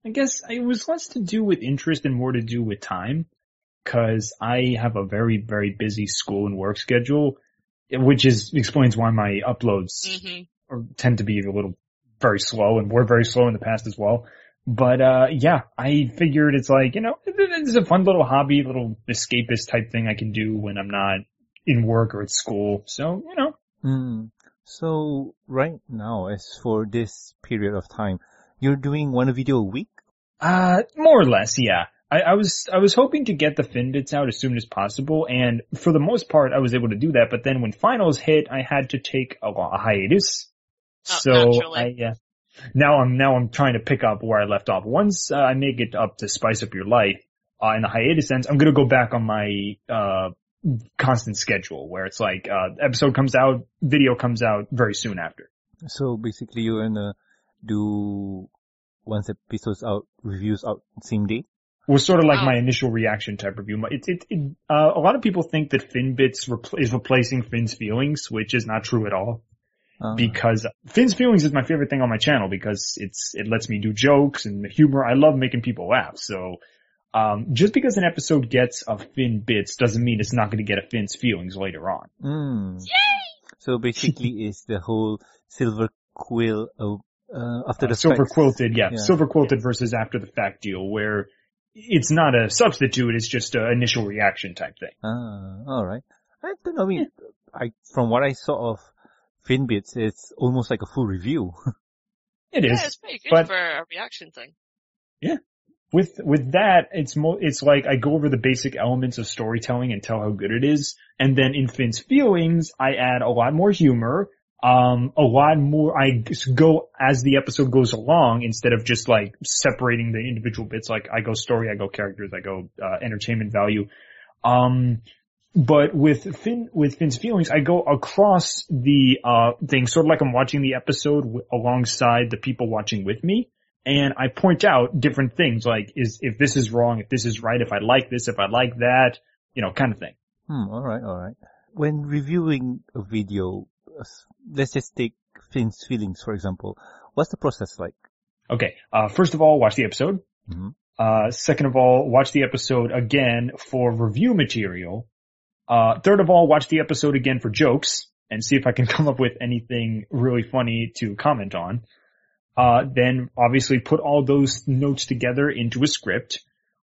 Speaker 3: I guess it was less to do with interest and more to do with time, cause I have a very, very busy school and work schedule, which is, explains why my uploads
Speaker 2: hmm
Speaker 3: or tend to be a little very slow and were very slow in the past as well. But, uh, yeah, I figured it's like, you know, this is a fun little hobby, little escapist type thing I can do when I'm not in work or at school. So, you know,
Speaker 1: Hmm. So right now, as for this period of time, you're doing one video a week?
Speaker 3: Uh, more or less, yeah. I, I was I was hoping to get the Finbits out as soon as possible, and for the most part, I was able to do that. But then when finals hit, I had to take a, a hiatus.
Speaker 2: Oh,
Speaker 3: So I,
Speaker 2: naturally.
Speaker 3: uh, now I'm now I'm trying to pick up where I left off. Once uh, I make it up to Spice Up Your Life, uh, and the hiatus ends, I'm gonna go back on my uh constant schedule where it's like uh episode comes out, video comes out very soon after.
Speaker 1: So basically, you're gonna do once episodes out, reviews out same day.
Speaker 3: was sort of like
Speaker 2: Oh.
Speaker 3: my initial reaction type review. My- It, it, it, uh, a lot of people think that Finbits repl- is replacing Finn's Feelings, which is not true at all.
Speaker 1: Uh,
Speaker 3: Because Finn's Feelings is my favorite thing on my channel because it's it lets me do jokes and the humor. I love making people laugh. So um, just because an episode gets a Finn Bits doesn't mean it's not going to get a Finn's Feelings later on.
Speaker 1: mm. So basically, it's the whole silver quill uh, uh, after the
Speaker 3: silver
Speaker 1: fact.
Speaker 3: quilted, yeah,
Speaker 1: Yeah.
Speaker 3: silver quilted versus after the fact deal where it's not a substitute, it's just an initial reaction type thing.
Speaker 1: Ah, all right. I don't know. I mean, I from what I saw of Finbits, it's almost like a full review.
Speaker 3: It is.
Speaker 2: yeah, it's pretty good
Speaker 3: but-
Speaker 2: for a reaction thing.
Speaker 3: With, with that, it's more, it's like I go over the basic elements of storytelling and tell how good it is. And then in Finn's feelings, I add a lot more humor, um, a lot more, I just go as the episode goes along instead of just like separating the individual bits. Like I go story, I go characters, I go, uh, entertainment value. Um, but with Finn, with Finn's feelings, I go across the, uh, thing, sort of like I'm watching the episode w- alongside the people watching with me. And I point out different things, like is, if this is wrong, if this is right, if I like this, if I like that, you know, kind of thing.
Speaker 1: Hmm, alright, alright. When reviewing a video, uh, let's just take Finn's feelings, for example. What's the process like?
Speaker 3: Okay. Uh, first of all, watch the episode.
Speaker 1: Mhm.
Speaker 3: Uh, second of all, watch the episode again for review material. Uh, third of all, watch the episode again for jokes and see if I can come up with anything really funny to comment on. Uh, then obviously put all those notes together into a script.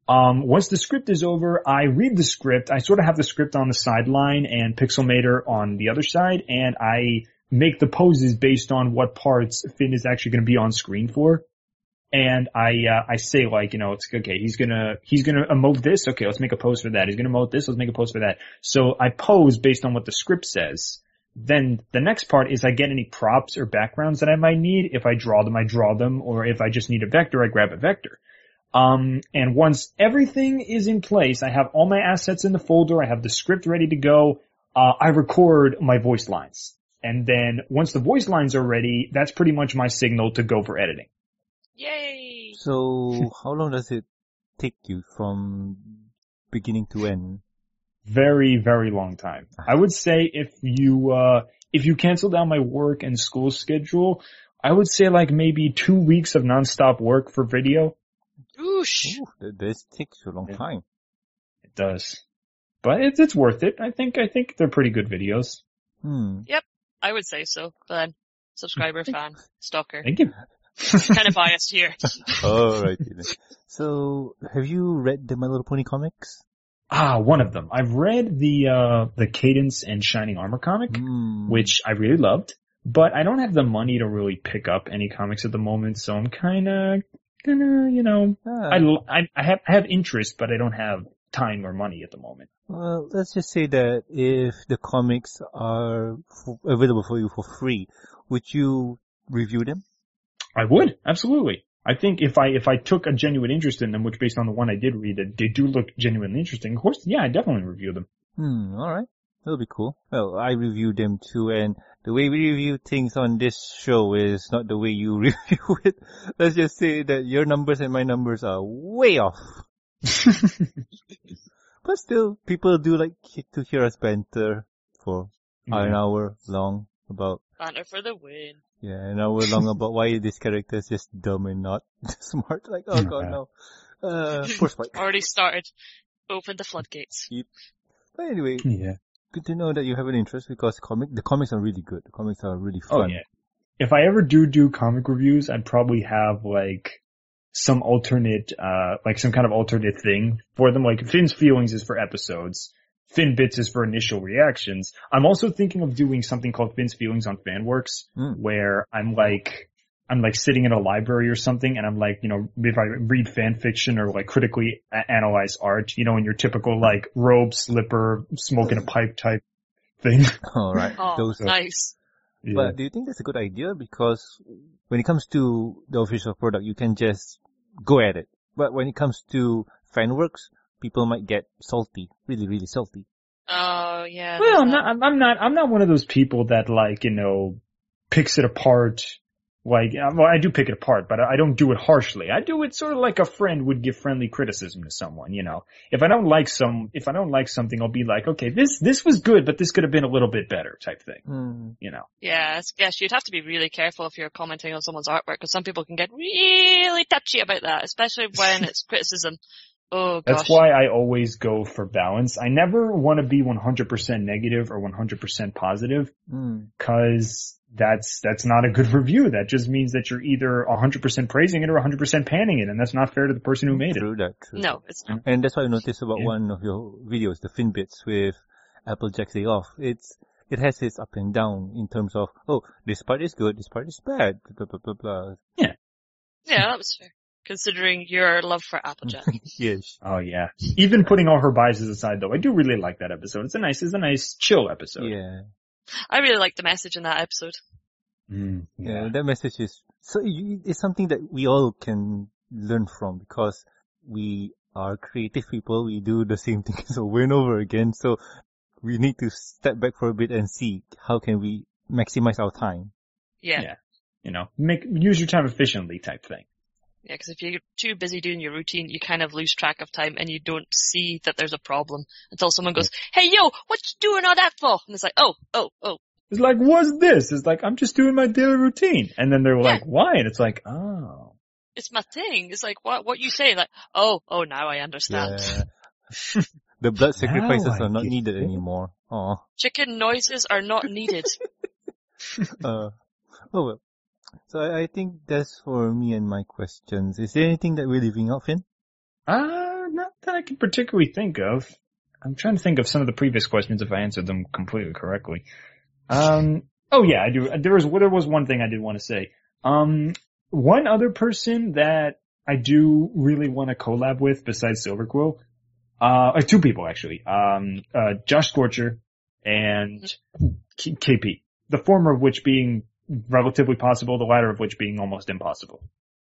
Speaker 3: Um, once the script is over, I read the script. I sort of have the script on the sideline and Pixelmator on the other side, and I make the poses based on what parts Finn is actually going to be on screen for. And I, uh, I say like, you know, it's okay. He's gonna, he's gonna emote this. Okay, let's make a pose for that. He's gonna emote this. Let's make a pose for that. So I pose based on what the script says. Then the next part is I get any props or backgrounds that I might need. If I draw them, I draw them. Or if I just need a vector, I grab a vector. Um, and once everything is in place, I have all my assets in the folder. I have the script ready to go. Uh, I record my voice lines. And then once the voice lines are ready, that's pretty much my signal to go for editing.
Speaker 2: Yay!
Speaker 1: So, how long does it take you from beginning to end?
Speaker 3: Very, very long time. I would say if you, uh, if you cancel down my work and school schedule, I would say like maybe two weeks of nonstop work for video.
Speaker 2: Oosh!
Speaker 1: Ooh, th- this takes a long
Speaker 3: Yeah.
Speaker 1: time.
Speaker 3: It does. But it's, it's worth it. I think, I think they're pretty good videos.
Speaker 1: Hmm.
Speaker 2: I would say so. Fan, subscriber, fan, stalker.
Speaker 3: Thank you.
Speaker 2: kind of biased here.
Speaker 1: Alright. then. so, have you read the My Little Pony comics?
Speaker 3: Ah, one of them. I've read the uh the Cadence and Shining Armor comic,
Speaker 1: Hmm.
Speaker 3: which I really loved, but I don't have the money to really pick up any comics at the moment, so I'm kind of kind of, you know,
Speaker 1: Ah.
Speaker 3: I, l- I I have I have interest, but I don't have time or money at the moment.
Speaker 1: Well, let's just say that if the comics are f- available for you for free, would you review them?
Speaker 3: I would absolutely. I think if I if I took a genuine interest in them, which based on the one I did read, that they do look genuinely interesting. Of course, yeah, I definitely review them.
Speaker 1: Hmm, alright. That'll be cool. Well, I review them too, and the way we review things on this show is not the way you review it. Let's just say that your numbers and my numbers are way off. But still, people do like he- to hear us banter for an hour long about,
Speaker 2: Banter for the win.
Speaker 1: yeah, an hour long about why this character is just dumb and not smart. Like, oh god, no. Uh, poor Spike.
Speaker 2: Already started. Open the floodgates.
Speaker 1: But anyway,
Speaker 3: Yeah.
Speaker 1: good to know that you have an interest because comic, the comics are really good. The comics are really
Speaker 3: Oh
Speaker 1: fun.
Speaker 3: yeah. If I ever do do comic reviews, I'd probably have like some alternate, uh, like some kind of alternate thing for them. Like Finn's feelings is for episodes. Finn bits is for initial reactions. I'm also thinking of doing something called Finn's feelings on FanWorks,
Speaker 1: Mm.
Speaker 3: where I'm like, I'm like sitting in a library or something, and I'm like, you know, if I read fan fiction or like critically a- analyze art, you know, in your typical like robe, slipper, smoking a pipe type thing.
Speaker 1: All right.
Speaker 2: Oh,
Speaker 1: Those are,
Speaker 2: nice.
Speaker 3: Yeah.
Speaker 1: But do you think that's a good idea? Because when it comes to the official product, you can just go at it. But when it comes to fan works, people might get salty, really, really salty.
Speaker 2: Oh, yeah.
Speaker 3: Well, I'm
Speaker 2: there's
Speaker 3: not, I'm, I'm not, I'm not one of those people that like, you know, picks it apart. Like, uh, well, I do pick it apart, but I I don't do it harshly. I do it sort of like a friend would give friendly criticism to someone, you know. If I don't like some, if I don't like something, I'll be like, okay, this, this was good, but this could have been a little bit better type thing,
Speaker 1: Hmm.
Speaker 3: you know.
Speaker 2: that. Yeah, I guess you'd have to be really careful if you're commenting on someone's artwork because some people can get really touchy about that, especially when it's criticism. Oh gosh.
Speaker 3: That's why I always go for balance. I never want to be 100% negative or 100% positive.
Speaker 1: Hmm.
Speaker 3: because that's that's not a good review. That just means that you're either 100% praising it or 100% panning it, and that's not fair to the person who made it.
Speaker 1: True that. True.
Speaker 2: No, it's not.
Speaker 1: And that's what I noticed about
Speaker 3: Yeah.
Speaker 1: one of your videos, the fin bits with Applejack Day Off. It's it has its up and down in terms of oh, this part is good, this part is bad, blah blah blah blah.
Speaker 2: Yeah, that was fair. Considering your love for Applejack.
Speaker 1: Yes.
Speaker 3: Oh yeah. Even putting all her biases aside, though, I do really like that episode. It's a nice, it's a nice chill episode.
Speaker 1: Yeah.
Speaker 2: I really liked the message in that episode.
Speaker 3: Mm,
Speaker 1: Yeah. That message is so you- it's something that we all can learn from because we are creative people. We do the same things over and over again. So we need to step back for a bit and see how can we maximize our time.
Speaker 2: Yeah.
Speaker 3: Yeah.
Speaker 2: Yeah,
Speaker 3: You know, make use your time efficiently, type thing.
Speaker 2: because if you're too busy doing your routine, you kind of lose track of time and you don't see that there's a problem until someone goes, hey yo, what you doing all that for? And it's like, oh, oh, oh.
Speaker 3: It's like, what's this? It's like, I'm just doing my daily routine. And then they're like, why? And it's like, oh.
Speaker 2: It's my thing. It's like, what, what you say? Like, oh, oh, now I understand.
Speaker 1: Yeah. the blood sacrifices
Speaker 3: I
Speaker 1: are not
Speaker 3: get
Speaker 1: needed
Speaker 3: it.
Speaker 1: anymore. Aw.
Speaker 2: Chicken noises are not needed.
Speaker 1: Uh, oh well. So I, I think that's for me and my questions. Is there anything that we're leaving out, Finn?
Speaker 3: Uh, not that I can particularly think of. I'm trying to think of some of the previous questions if I answered them completely correctly. Um, oh yeah, I do. There was, there was one thing I did want to say. Um, one other person that I do really want to collab with besides Silver Quill, uh, or two people actually, um, uh, Josh Scorcher and K- KP, the former of which being relatively possible, the latter of which being almost impossible.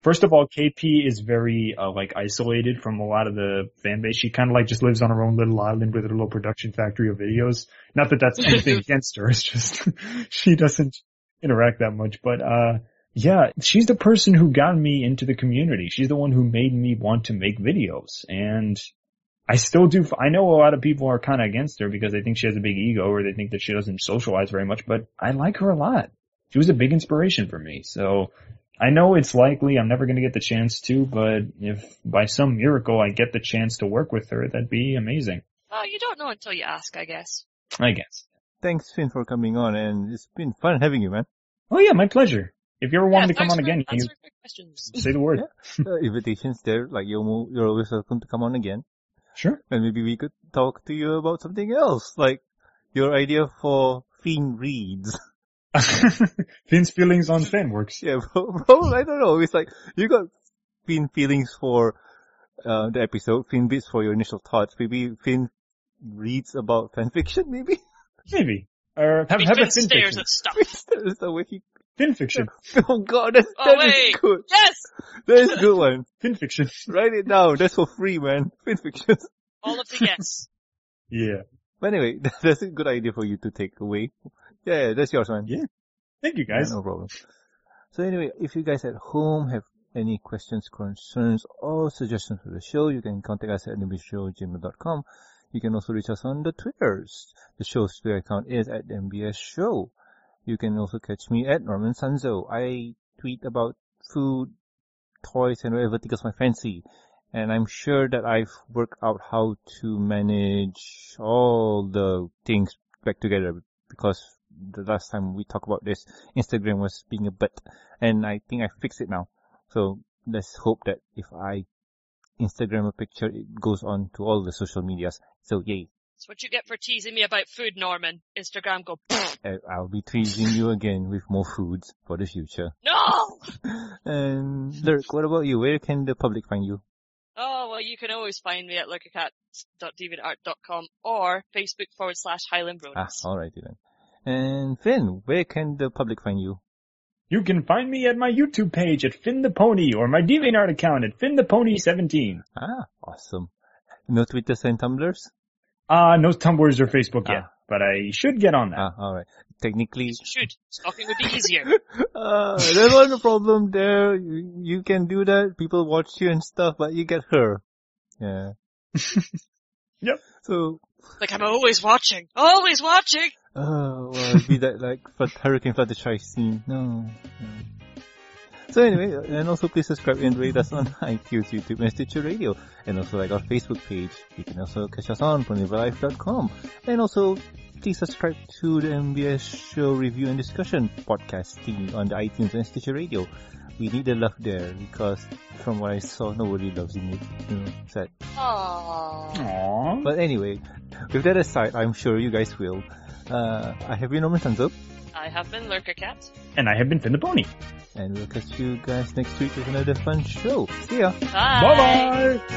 Speaker 3: First of all, KP is very uh, like isolated from a lot of the fan base. She kind of like just lives on her own little island with her little production factory of videos. Not that that's anything against her. It's just she doesn't interact that much. But uh, yeah, she's the person who got me into the community. She's the one who made me want to make videos, and I still do. I know a lot of people are kind of against her because they think she has a big ego or they think that she doesn't socialize very much. But I like her a lot. She was a big inspiration for me. So. I know it's likely I'm never going to get the chance to, but if by some miracle I get the chance to work with her, that'd be amazing.
Speaker 2: Oh, you don't know until you ask, I guess.
Speaker 3: I guess.
Speaker 1: Thanks, Finn, for coming on, and it's been fun having you, man.
Speaker 3: Oh yeah, my pleasure. If you ever wanted to come
Speaker 2: thanks
Speaker 3: on
Speaker 2: for
Speaker 3: again, you
Speaker 2: answering my questions.
Speaker 3: say the word.
Speaker 1: Uh, invitations there, like you're, mo- you're always welcome to come on again,
Speaker 3: Sure.
Speaker 1: and maybe we could talk to you about something else, like your idea for Finn reads.
Speaker 3: Finn's feelings on fan works.
Speaker 1: yeah, bro, bro, I don't know. It's like you got Finn feelings for uh, the episode, Finn bits for your initial thoughts. Maybe Finn reads about fanfiction, maybe.
Speaker 3: Maybe. Or have,
Speaker 2: He
Speaker 3: have a
Speaker 2: just
Speaker 3: Finn
Speaker 2: stares
Speaker 3: fiction.
Speaker 2: at stuff.
Speaker 1: That's the way he
Speaker 3: Finn fiction.
Speaker 1: Oh god, that's,
Speaker 2: Oh,
Speaker 1: that is
Speaker 2: wait.
Speaker 1: good.
Speaker 2: Yes!
Speaker 1: That is a good one.
Speaker 3: Fin fiction.
Speaker 1: Write it down. That's for free, man. Fin fiction.
Speaker 2: All of the yes.
Speaker 3: Yeah.
Speaker 1: But anyway, that's a good idea for you to take away. Yeah, yeah, that's yours, man.
Speaker 3: Yeah, Thank you
Speaker 1: Yeah,
Speaker 3: guys.
Speaker 1: no problem. So anyway, if you guys at home have any questions, concerns, or suggestions for the show, you can contact us at nbshow@gmail.com. You can also reach us on the Twitters. The show's Twitter account is at MBS Show. You can also catch me at Norman Sanzo. I tweet about food, toys, and whatever tickles my fancy. And I'm sure that I've worked out how to manage all the things back together because the last time we talked about this, Instagram was being a butt. And I think I fixed it now. So let's hope that if I Instagram a picture, it goes on to all the social medias. So yay,
Speaker 2: That's what you get for teasing me about food, Norman. Instagram go,
Speaker 1: I- I'll be teasing you again with more foods for the future.
Speaker 2: no!
Speaker 1: And Lurk, what about you? Where can the public find you?
Speaker 2: Oh, well, you can always find me at lurkacat.deviantart.com or Facebook forward slash Highland
Speaker 1: Ah,
Speaker 2: Rodents.
Speaker 1: alrighty then. And Finn, where can the public find you?
Speaker 3: You can find me at my YouTube page at Finn the Pony or my DeviantArt account at Finn the Pony 17.
Speaker 1: Ah, awesome. No Twitters and Tumblrs?
Speaker 3: Uh, no Tumblrs or Facebook yet,
Speaker 1: Ah.
Speaker 3: but I should get on that.
Speaker 1: Ah, alright.
Speaker 3: oh.
Speaker 1: Technically,
Speaker 2: You should. Stalking would be easier.
Speaker 1: Uh, there's one problem there. You, you can do that. People watch you and stuff, but you get her. Yeah.
Speaker 3: Yep.
Speaker 1: So,
Speaker 2: like, I'm always watching. Always watching!
Speaker 1: Oh, uh, well, it'd be that like flut- Hurricane Fluttershy scene. No. no. So anyway, and also please subscribe and rate us on iTunes, YouTube, and Stitcher Radio, and also like our Facebook page. You can also catch us on PonyRelife.com. And also, please subscribe to the MBS Show Review and Discussion podcast team on the iTunes and Stitcher Radio. We need the love there because from what I saw, nobody loves it. You know, sad.
Speaker 2: Aww.
Speaker 3: Aww.
Speaker 1: But anyway, with that aside, I'm sure you guys will. Uh, I have been Norman Sanzo,
Speaker 2: I have been Lurker Cat.
Speaker 3: And I have been Finn the Pony.
Speaker 1: and we'll catch you guys next week with another fun show. See ya!
Speaker 2: Bye.
Speaker 3: Bye bye!